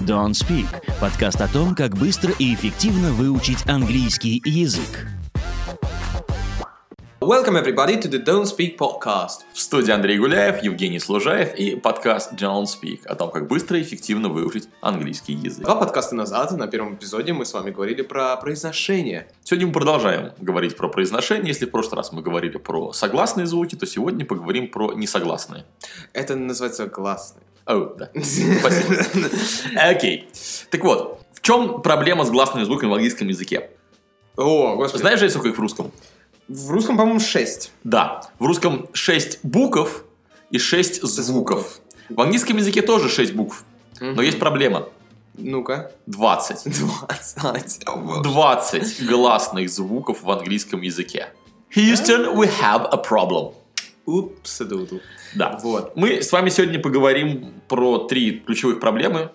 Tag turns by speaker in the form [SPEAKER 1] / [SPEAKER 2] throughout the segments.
[SPEAKER 1] Don't Speak – подкаст о том, как быстро и эффективно выучить английский язык.
[SPEAKER 2] Welcome everybody to the Don't Speak podcast.
[SPEAKER 3] В студии Андрей Гуляев, Евгений Служаев и подкаст Don't Speak о том, как быстро и эффективно выучить английский язык.
[SPEAKER 2] Два подкаста назад на первом эпизоде мы с вами говорили про произношение.
[SPEAKER 3] Сегодня мы продолжаем говорить про произношение. Если в прошлый раз мы говорили про согласные звуки, то сегодня поговорим про несогласные.
[SPEAKER 2] Это называется гласный.
[SPEAKER 3] О, да. Спасибо. Окей. Так вот, в чем проблема с гласными звуками в английском языке?
[SPEAKER 2] О, господи.
[SPEAKER 3] Знаешь же, сколько их в русском?
[SPEAKER 2] В русском, по-моему, 6.
[SPEAKER 3] Да, в русском 6 букв и 6 звуков. В английском языке тоже 6 букв, но есть проблема.
[SPEAKER 2] Ну-ка.
[SPEAKER 3] 20.
[SPEAKER 2] 20. О, боже.
[SPEAKER 3] 20 гласных звуков в английском языке. Houston, we have a problem.
[SPEAKER 2] Упс, это вот тут.
[SPEAKER 3] Да.
[SPEAKER 2] Вот.
[SPEAKER 3] Мы с вами сегодня поговорим про три ключевых проблемы,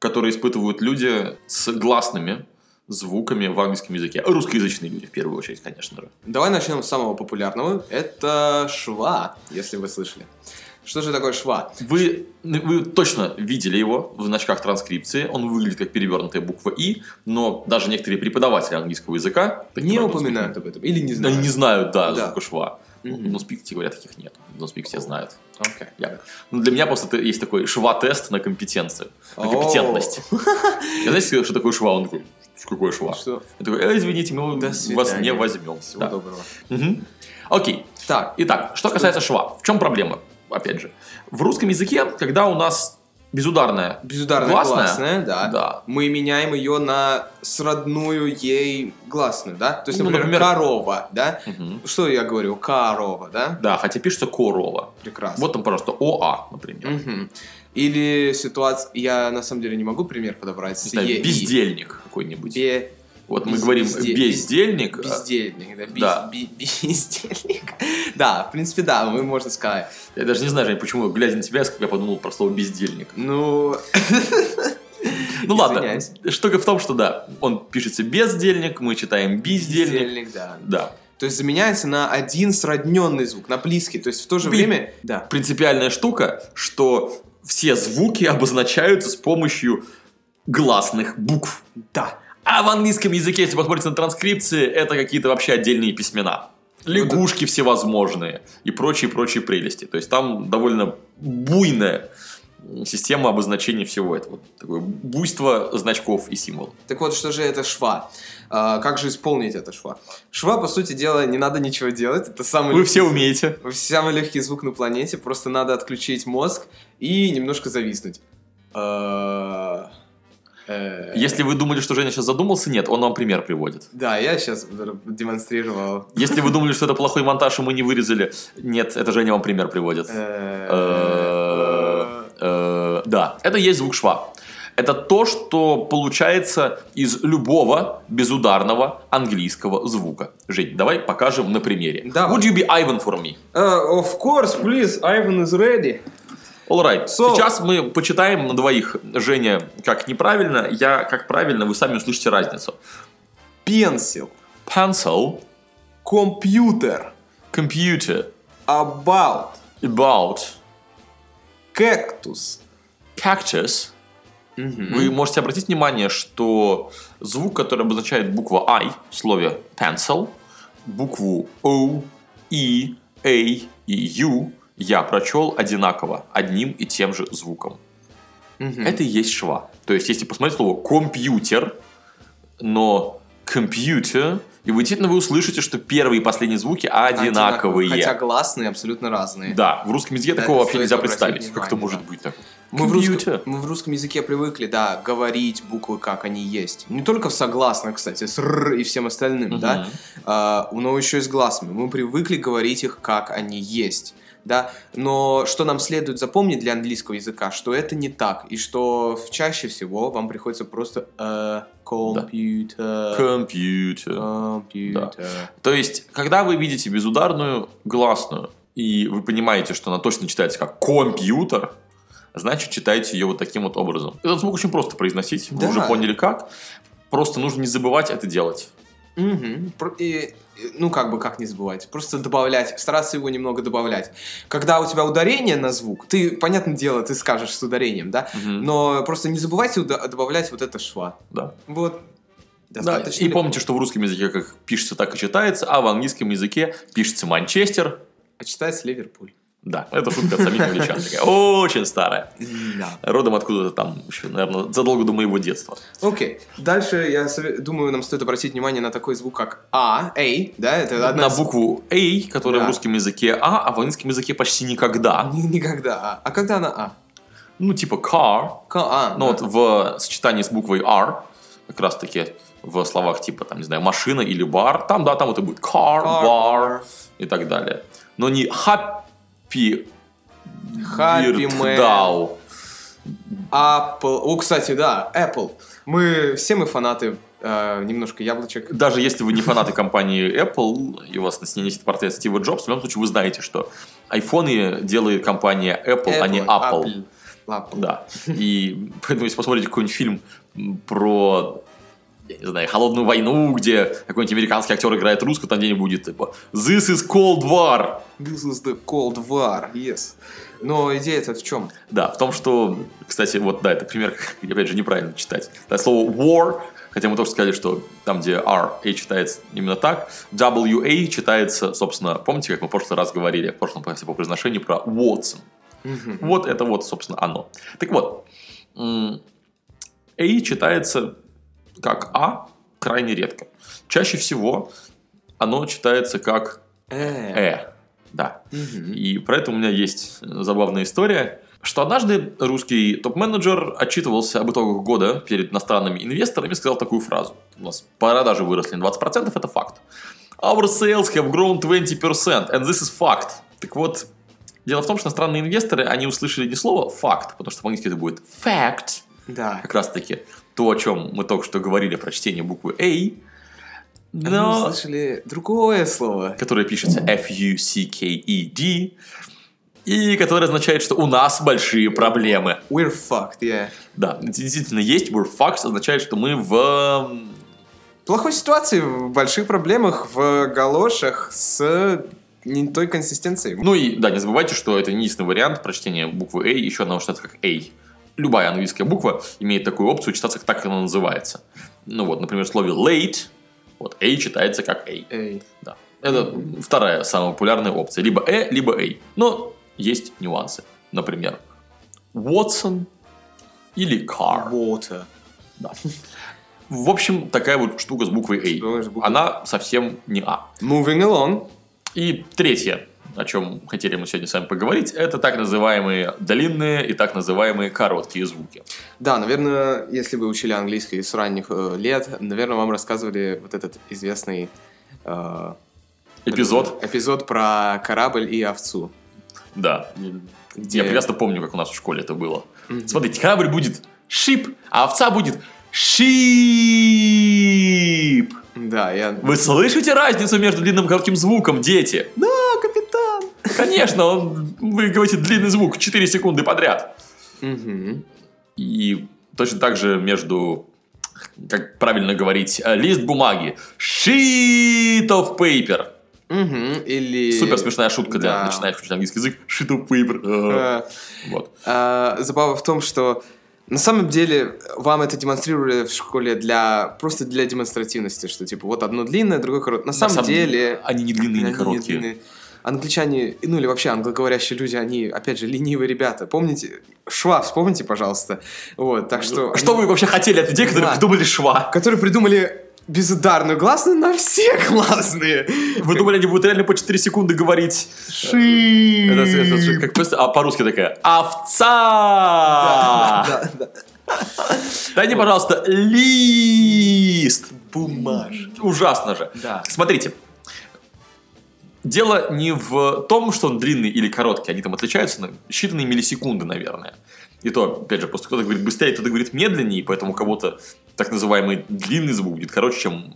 [SPEAKER 3] которые испытывают люди с гласными звуками в английском языке. Русскоязычные люди, в первую очередь, конечно же.
[SPEAKER 2] Давай начнем с самого популярного. Это шва, если вы слышали. Что же такое шва?
[SPEAKER 3] Вы, вы точно видели его в значках транскрипции. Он выглядит как перевернутая буква «и», но даже некоторые преподаватели английского языка... таким
[SPEAKER 2] Не
[SPEAKER 3] образом,
[SPEAKER 2] упоминают об этом. Или не
[SPEAKER 3] Они
[SPEAKER 2] знают.
[SPEAKER 3] не знают, да,
[SPEAKER 2] Да.
[SPEAKER 3] звука шва. Ну,
[SPEAKER 2] Мгм.
[SPEAKER 3] Но спик, тебе говорят, таких нет. Но спик все знают.
[SPEAKER 2] Окей.
[SPEAKER 3] Я- Ну, для меня просто т- есть такой шва-тест на компетенцию. На
[SPEAKER 2] О.
[SPEAKER 3] компетентность. Я знаете, что такое шва? Он такой, «Что такое шва?
[SPEAKER 2] Что?
[SPEAKER 3] Я такой, «Э, извините, мы
[SPEAKER 2] До
[SPEAKER 3] вас
[SPEAKER 2] свидания.
[SPEAKER 3] не возьмем.
[SPEAKER 2] Всего
[SPEAKER 3] Да.
[SPEAKER 2] доброго.
[SPEAKER 3] Мгм. Окей.
[SPEAKER 2] Так,
[SPEAKER 3] Итак, что касается шва. В чем проблема? Опять же. В русском языке, когда у нас безударная,
[SPEAKER 2] безударная
[SPEAKER 3] Гласная?
[SPEAKER 2] гласная, да.
[SPEAKER 3] да,
[SPEAKER 2] Мы меняем ее на сродную ей гласную, да? То есть,
[SPEAKER 3] Ну,
[SPEAKER 2] например,
[SPEAKER 3] например,
[SPEAKER 2] корова, да?
[SPEAKER 3] мгм.
[SPEAKER 2] Что я говорю? Корова, да?
[SPEAKER 3] да, хотя пишется корова.
[SPEAKER 2] Прекрасно.
[SPEAKER 3] Вот там, пожалуйста, ОА, например.
[SPEAKER 2] Мгм. Или ситуация... Я на самом деле не могу пример подобрать.
[SPEAKER 3] Не знаю,
[SPEAKER 2] Е- и.
[SPEAKER 3] бездельник какой-нибудь.
[SPEAKER 2] Бе-
[SPEAKER 3] Вот мы
[SPEAKER 2] без-
[SPEAKER 3] говорим
[SPEAKER 2] безде-
[SPEAKER 3] бездельник.
[SPEAKER 2] Бездельник, да, без-
[SPEAKER 3] Да.
[SPEAKER 2] би- бездельник. Да, в принципе, да, мы можно сказать.
[SPEAKER 3] Я даже не знаю, Жень, почему, глядя на тебя, я подумал про слово бездельник.
[SPEAKER 2] Ну,
[SPEAKER 3] Ну ладно,
[SPEAKER 2] Извиняюсь.
[SPEAKER 3] штука в том, что да, он пишется бездельник, мы читаем бездельник.
[SPEAKER 2] бездельник, да.
[SPEAKER 3] Да.
[SPEAKER 2] То есть заменяется на один сродненный звук, на близкий. То есть в то же
[SPEAKER 3] Блин.
[SPEAKER 2] время... Да.
[SPEAKER 3] Принципиальная штука, что все звуки обозначаются с помощью гласных букв.
[SPEAKER 2] Да.
[SPEAKER 3] А в английском языке, если посмотрите на транскрипции, это какие-то вообще отдельные письмена.
[SPEAKER 2] Ну
[SPEAKER 3] Лягушки всевозможные и прочие-прочие прелести. То есть там довольно буйная система обозначения всего этого. Такое буйство значков и символов.
[SPEAKER 2] Так вот, что же это шва? А, как же исполнить это шва? Шва, по сути дела, не надо ничего делать. Это самый
[SPEAKER 3] Вы все умеете.
[SPEAKER 2] Самый легкий звук на планете, просто надо отключить мозг и немножко зависнуть. Э, э,
[SPEAKER 3] Если вы думали, что Женя сейчас задумался, нет, он вам пример приводит.
[SPEAKER 2] Да, я сейчас демонстрировал.
[SPEAKER 3] Если вы думали, что это плохой монтаж, и мы не вырезали, нет, это Женя вам пример приводит.
[SPEAKER 2] Э,
[SPEAKER 3] Э, Э, Да, это и есть звук шва. Это то, что получается из любого безударного английского звука. Жень, давай покажем на примере.
[SPEAKER 2] Давай.
[SPEAKER 3] Would you be Ivan for me?
[SPEAKER 2] э, Of course, please, Ivan is ready.
[SPEAKER 3] All right.
[SPEAKER 2] So-
[SPEAKER 3] Сейчас мы почитаем на двоих, Женя, как неправильно, я как правильно, вы сами услышите разницу.
[SPEAKER 2] Pencil,
[SPEAKER 3] Pencil,
[SPEAKER 2] компьютер,
[SPEAKER 3] computer,
[SPEAKER 2] about,
[SPEAKER 3] about,
[SPEAKER 2] кактус.
[SPEAKER 3] cactus. Вы можете обратить внимание, что звук, который обозначает буква I в слове pencil, букву O, E, A и U я прочел одинаково, одним и тем же звуком.
[SPEAKER 2] Мгм.
[SPEAKER 3] Это и есть шва. То есть, если посмотреть слово компьютер, но компьютер, и вы действительно вы услышите, что первые и последние звуки одинаковые.
[SPEAKER 2] Хотя гласные абсолютно разные.
[SPEAKER 3] Да, в русском языке
[SPEAKER 2] Да,
[SPEAKER 3] такого
[SPEAKER 2] это
[SPEAKER 3] вообще
[SPEAKER 2] стоит
[SPEAKER 3] нельзя
[SPEAKER 2] обратить
[SPEAKER 3] представить. Как это
[SPEAKER 2] внимание,
[SPEAKER 3] может
[SPEAKER 2] да.
[SPEAKER 3] быть так?
[SPEAKER 2] Мы в, русском,
[SPEAKER 3] Компьютер.
[SPEAKER 2] мы в русском языке привыкли, да, говорить буквы как они есть. Не только в согласных, кстати, с р и всем остальным, да,
[SPEAKER 3] Мгм.
[SPEAKER 2] а, но еще и с гласными. Мы привыкли говорить их как они есть, да. Но что нам следует запомнить для английского языка, что это не так, и что в- чаще всего вам приходится просто э, компьютер,
[SPEAKER 3] Компьютер.
[SPEAKER 2] компьютер.
[SPEAKER 3] То есть, когда вы видите безударную гласную, и вы понимаете, что она точно читается как компьютер, значит, читайте ее вот таким вот образом. Этот звук очень просто произносить, вы
[SPEAKER 2] Да.
[SPEAKER 3] уже поняли как. Просто нужно не забывать это делать.
[SPEAKER 2] Мгм. Про- и- и, ну, как бы, как не забывать. Просто добавлять, стараться его немного добавлять. Когда у тебя ударение на звук, ты, понятное дело, ты скажешь с ударением, да?
[SPEAKER 3] Мгм.
[SPEAKER 2] Но просто не забывайте уда- добавлять вот это шва.
[SPEAKER 3] Да.
[SPEAKER 2] Вот.
[SPEAKER 3] Да,
[SPEAKER 2] Достаточно
[SPEAKER 3] и
[SPEAKER 2] легко.
[SPEAKER 3] помните, что в русском языке как пишется, так и читается, а в английском языке пишется Манчестер.
[SPEAKER 2] А читается Ливерпуль.
[SPEAKER 3] Да, это шутка от самих англичан. такая, Очень старая.
[SPEAKER 2] Да.
[SPEAKER 3] Родом откуда-то там, еще, наверное, задолго до моего детства.
[SPEAKER 2] Окей. Дальше, я сове- думаю, нам стоит обратить внимание на такой звук, как А, Эй, да? Это одна
[SPEAKER 3] На
[SPEAKER 2] из-
[SPEAKER 3] букву A, которая
[SPEAKER 2] Да.
[SPEAKER 3] в русском языке А, а в английском языке почти никогда.
[SPEAKER 2] Ни- Никогда А. А когда она А?
[SPEAKER 3] Ну, типа car,
[SPEAKER 2] Ка- а,
[SPEAKER 3] Ну
[SPEAKER 2] да.
[SPEAKER 3] вот в сочетании с буквой R, как раз таки в словах типа, там, не знаю, машина или бар, там, да, там это будет car,
[SPEAKER 2] Car,
[SPEAKER 3] bar и так далее. Но не happy,
[SPEAKER 2] Happy
[SPEAKER 3] bird
[SPEAKER 2] man.
[SPEAKER 3] down.
[SPEAKER 2] Apple. О, кстати, да, Apple. Мы все мы фанаты э, немножко яблочек.
[SPEAKER 3] Даже если вы не фанаты компании Apple, и у вас на стене есть портрет Стива Джобса, в любом случае вы знаете, что айфоны делает компания Apple, а не Apple.
[SPEAKER 2] Apple.
[SPEAKER 3] Да. И поэтому, если посмотрите какой-нибудь фильм м, про я не знаю, холодную войну, где какой-нибудь американский актер играет русского, там где-нибудь будет типа This is Cold War.
[SPEAKER 2] This is the Cold War, yes. Но идея-то в чем?
[SPEAKER 3] Да, в том, что, кстати, вот да, это пример, где, опять же, неправильно читать. Да, слово war, хотя мы тоже сказали, что там, где R, A читается именно так, WA читается, собственно, помните, как мы в прошлый раз говорили, в прошлом подкасте по произношению про Watson. Вот это вот, собственно, оно. Так вот, м, A читается как А крайне редко. Чаще всего оно читается как
[SPEAKER 2] Э.
[SPEAKER 3] Э. Да.
[SPEAKER 2] Мгм.
[SPEAKER 3] И про это у меня есть э, забавная история, что однажды русский топ-менеджер отчитывался об итогах года перед иностранными инвесторами и сказал такую фразу. У нас продажи выросли на 20%, это факт. Our sales have grown 20%, and this is fact. Так вот, дело в том, что иностранные инвесторы, они услышали не слово «факт», потому что по-английски это будет «fact»,
[SPEAKER 2] Да.
[SPEAKER 3] как раз-таки то, о чем мы только что говорили про чтение буквы «a»,
[SPEAKER 2] А
[SPEAKER 3] но
[SPEAKER 2] Мы услышали другое слово.
[SPEAKER 3] которая пишется F-U-C-K-E-D, E и которая означает, что у нас большие проблемы.
[SPEAKER 2] We're fucked, yeah.
[SPEAKER 3] Да, действительно есть, we're fucked, означает, что мы в... эм,
[SPEAKER 2] В плохой ситуации, в больших проблемах, в галошах с не той консистенцией.
[SPEAKER 3] Ну и, да, не забывайте, что это не единственный вариант прочтения буквы A, еще она читается как A. Любая английская буква имеет такую опцию читаться так, как она называется. Ну вот, например, в слове late, вот A читается как A.
[SPEAKER 2] Эй.
[SPEAKER 3] Да. Это вторая самая популярная опция. Либо «э», либо «эй». Но есть нюансы. Например, Watson или car.
[SPEAKER 2] Water.
[SPEAKER 3] Да. В общем, такая вот штука с буквой «эй».
[SPEAKER 2] Что же буква?
[SPEAKER 3] Она совсем не «а».
[SPEAKER 2] Moving along.
[SPEAKER 3] И третье, о чем хотели мы сегодня с вами поговорить, это так называемые длинные и так называемые короткие звуки.
[SPEAKER 2] Да, наверное, если вы учили английский с ранних э, лет, наверное, вам рассказывали вот этот известный э,
[SPEAKER 3] Эпизод,
[SPEAKER 2] эпизод про корабль и овцу.
[SPEAKER 3] да.
[SPEAKER 2] Где-
[SPEAKER 3] Я прекрасно помню, как у нас в школе это было. Смотрите, корабль будет шип, а овца будет шип.
[SPEAKER 2] Да, я...
[SPEAKER 3] Вы слышите разницу между длинным и коротким звуком, дети?
[SPEAKER 2] Да, капитан!
[SPEAKER 3] Конечно, он, вы говорите длинный звук 4 секунды подряд.
[SPEAKER 2] Мгм.
[SPEAKER 3] И точно так же между, как правильно говорить, э, лист бумаги. Sheet of paper.
[SPEAKER 2] Мгм. Или...
[SPEAKER 3] Супер смешная шутка для
[SPEAKER 2] Да.
[SPEAKER 3] начинающих учить английский язык. Sheet of paper.
[SPEAKER 2] Э,
[SPEAKER 3] Вот.
[SPEAKER 2] А, забава в том, что на самом деле вам это демонстрировали в школе для просто для демонстративности, что типа вот одно длинное, другое короткое. На, самом, деле
[SPEAKER 3] Они не длинные, не
[SPEAKER 2] они не
[SPEAKER 3] короткие.
[SPEAKER 2] длинные. Англичане, ну или вообще англоговорящие люди, они, опять же, ленивые ребята. Помните, шва, вспомните, пожалуйста. Вот, так что...
[SPEAKER 3] Ну, а Что вы вообще хотели от людей, которые
[SPEAKER 2] Да.
[SPEAKER 3] придумали шва?
[SPEAKER 2] Которые придумали безударную гласную на все гласные.
[SPEAKER 3] Вы думали, они будут реально по 4 секунды говорить?
[SPEAKER 2] Ши.
[SPEAKER 3] Это, это же как просто, а по-русски такая овца.
[SPEAKER 2] Да, да.
[SPEAKER 3] Дайте, пожалуйста, лист. Бумаж. Ужасно же.
[SPEAKER 2] Да.
[SPEAKER 3] Смотрите. Дело не в том, что он длинный или короткий, они там отличаются на считанные миллисекунды, наверное. И то, опять же, просто кто-то говорит быстрее, кто-то говорит медленнее, и поэтому у кого-то так называемый длинный звук будет короче, чем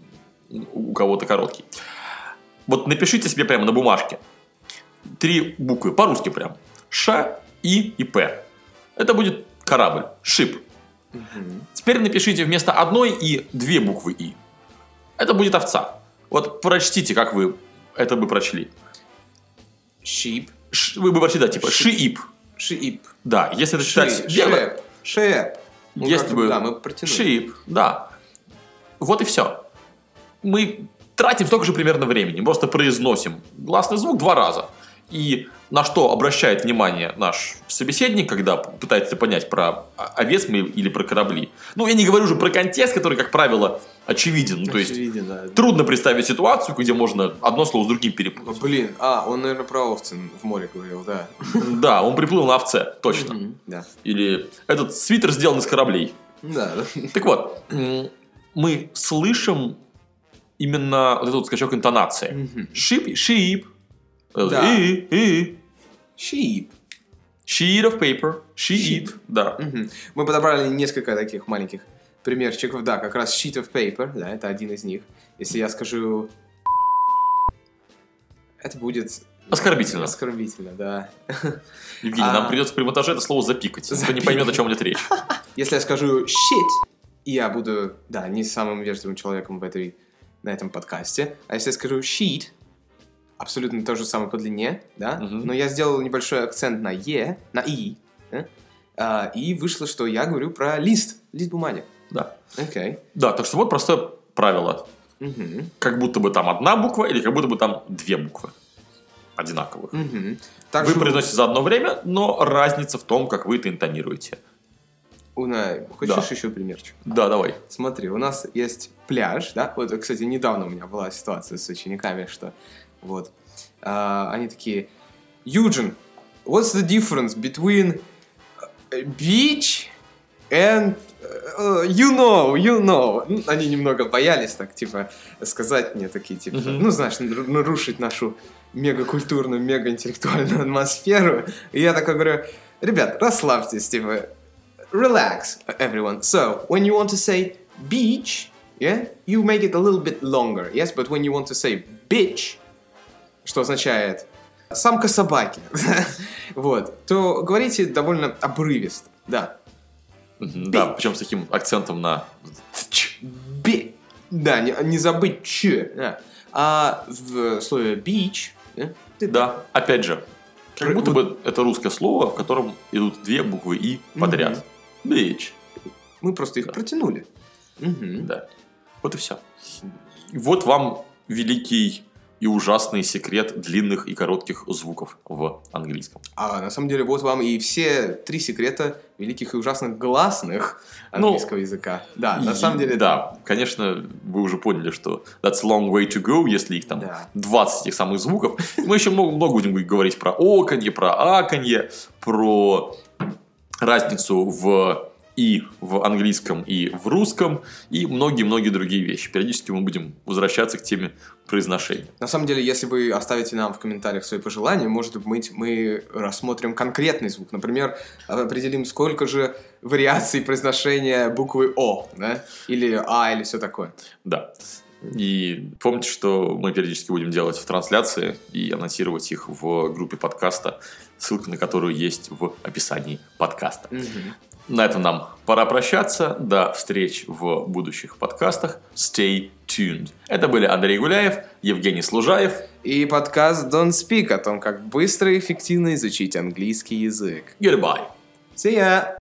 [SPEAKER 3] у у кого-то короткий. Вот напишите себе прямо на бумажке три буквы, по-русски прям. Ш, И и П. Это будет корабль, шип.
[SPEAKER 2] Мгм.
[SPEAKER 3] Теперь напишите вместо одной и две буквы И. Это будет овца. Вот прочтите, как вы это бы прочли.
[SPEAKER 2] Sheep.
[SPEAKER 3] Ш- вы бы прочли, да, типа
[SPEAKER 2] Ши-
[SPEAKER 3] шиип.
[SPEAKER 2] Sheep.
[SPEAKER 3] Да, если это
[SPEAKER 2] Ши-
[SPEAKER 3] читать верно,
[SPEAKER 2] Sheep. Sheep. Ну,
[SPEAKER 3] Если
[SPEAKER 2] как-то,
[SPEAKER 3] бы-
[SPEAKER 2] Да, мы протянули.
[SPEAKER 3] Шип, да. Вот и все. Мы тратим столько же примерно времени, просто произносим гласный звук два раза. И на что обращает внимание наш собеседник, когда пытается понять про о- овец мы или про корабли. Ну, я не говорю уже про контекст, который, как правило, очевиден. Ну, То есть,
[SPEAKER 2] Очевидно, да.
[SPEAKER 3] трудно представить ситуацию, где можно одно слово с другим перепутать.
[SPEAKER 2] Блин, а, он, наверное, про овцин в море говорил, да.
[SPEAKER 3] Да, он приплыл на овце, точно.
[SPEAKER 2] Мгм, Да.
[SPEAKER 3] Или этот свитер сделан из кораблей.
[SPEAKER 2] Да, да.
[SPEAKER 3] Так вот, м, мы слышим именно вот этот вот скачок интонации.
[SPEAKER 2] Мгм.
[SPEAKER 3] Шип, шип, э,
[SPEAKER 2] Да.
[SPEAKER 3] и, и,
[SPEAKER 2] Sheep.
[SPEAKER 3] sheet of paper, sheet, да.
[SPEAKER 2] Мгм. Мы подобрали несколько таких маленьких примерчиков. Да, как раз sheet of paper, да, это один из них. Если я скажу... Это будет...
[SPEAKER 3] Оскорбительно.
[SPEAKER 2] Оскорбительно, да.
[SPEAKER 3] Евгений,
[SPEAKER 2] А.
[SPEAKER 3] нам придется при монтаже это слово запикать. Никто не поймет, о чем идет речь.
[SPEAKER 2] Если я скажу shit, и я буду, да, не самым вежливым человеком в этой, на этом подкасте, а если я скажу sheet, абсолютно то же самое по длине, да,
[SPEAKER 3] Мгм.
[SPEAKER 2] но я сделал небольшой акцент на е, на и, да? А, и вышло, что я говорю про лист, лист бумаги.
[SPEAKER 3] Да.
[SPEAKER 2] Окей.
[SPEAKER 3] Да, так что вот простое правило.
[SPEAKER 2] Мгм.
[SPEAKER 3] Как будто бы там одна буква или как будто бы там две буквы одинаковых.
[SPEAKER 2] Мгм.
[SPEAKER 3] Вы
[SPEAKER 2] Также
[SPEAKER 3] произносите за одно время, но разница в том, как вы это интонируете.
[SPEAKER 2] Уна, хочешь
[SPEAKER 3] Да.
[SPEAKER 2] еще примерчик?
[SPEAKER 3] Да, давай.
[SPEAKER 2] Смотри, у нас есть пляж, да? Вот, кстати, недавно у меня была ситуация с учениками, что вот а, они такие: Юджин, what's the difference between э, beach and э, you know, you know? Ну, они немного боялись так, типа, сказать мне такие, типа,
[SPEAKER 3] Мгм.
[SPEAKER 2] ну знаешь, нар- нарушить нашу мегакультурную, мегаинтеллектуальную атмосферу. И я такой говорю, ребят, расслабьтесь, типа, relax, everyone. So, when you want to say beach, yeah, you make it a little bit longer, yes, but when you want to say bitch, что означает самка собаки, вот, то говорите довольно обрывисто, да.
[SPEAKER 3] Мгм, Да, причем с таким акцентом на... «ч».
[SPEAKER 2] Би. Да, не, не забыть че. да. А в слове beach, э, ты-
[SPEAKER 3] Да, опять же, как
[SPEAKER 2] Ры-
[SPEAKER 3] будто
[SPEAKER 2] вот-
[SPEAKER 3] бы это русское слово, в котором идут две буквы «и» подряд. Бич.
[SPEAKER 2] мы просто их
[SPEAKER 3] Да.
[SPEAKER 2] протянули. Мгм.
[SPEAKER 3] Да. Вот и все. Вот вам великий и ужасный секрет длинных и коротких звуков в английском.
[SPEAKER 2] А на самом деле вот вам и все три секрета великих и ужасных гласных
[SPEAKER 3] Ну,
[SPEAKER 2] английского языка. Да, на
[SPEAKER 3] И-
[SPEAKER 2] самом деле
[SPEAKER 3] Да, конечно, вы уже поняли, что that's a long way to go, если их там
[SPEAKER 2] Да.
[SPEAKER 3] 20 этих самых звуков. Мы еще много, много будем говорить про оконье, про аконье, про разницу в и в английском, и в русском, и многие-многие другие вещи. Периодически мы будем возвращаться к теме произношения.
[SPEAKER 2] На самом деле, если вы оставите нам в комментариях свои пожелания, может быть, мы рассмотрим конкретный звук. Например, определим, сколько же вариаций произношения буквы О, да? Или А, или все такое.
[SPEAKER 3] Да. И помните, что мы периодически будем делать в трансляции и анонсировать их в группе подкаста, ссылка на которую есть в описании подкаста. На этом нам пора прощаться. До встреч в будущих подкастах. Stay tuned. Это были Андрей Гуляев, Евгений Служаев.
[SPEAKER 2] И подкаст Don't Speak о том, как быстро и эффективно изучить английский язык.
[SPEAKER 3] Goodbye.
[SPEAKER 2] See ya!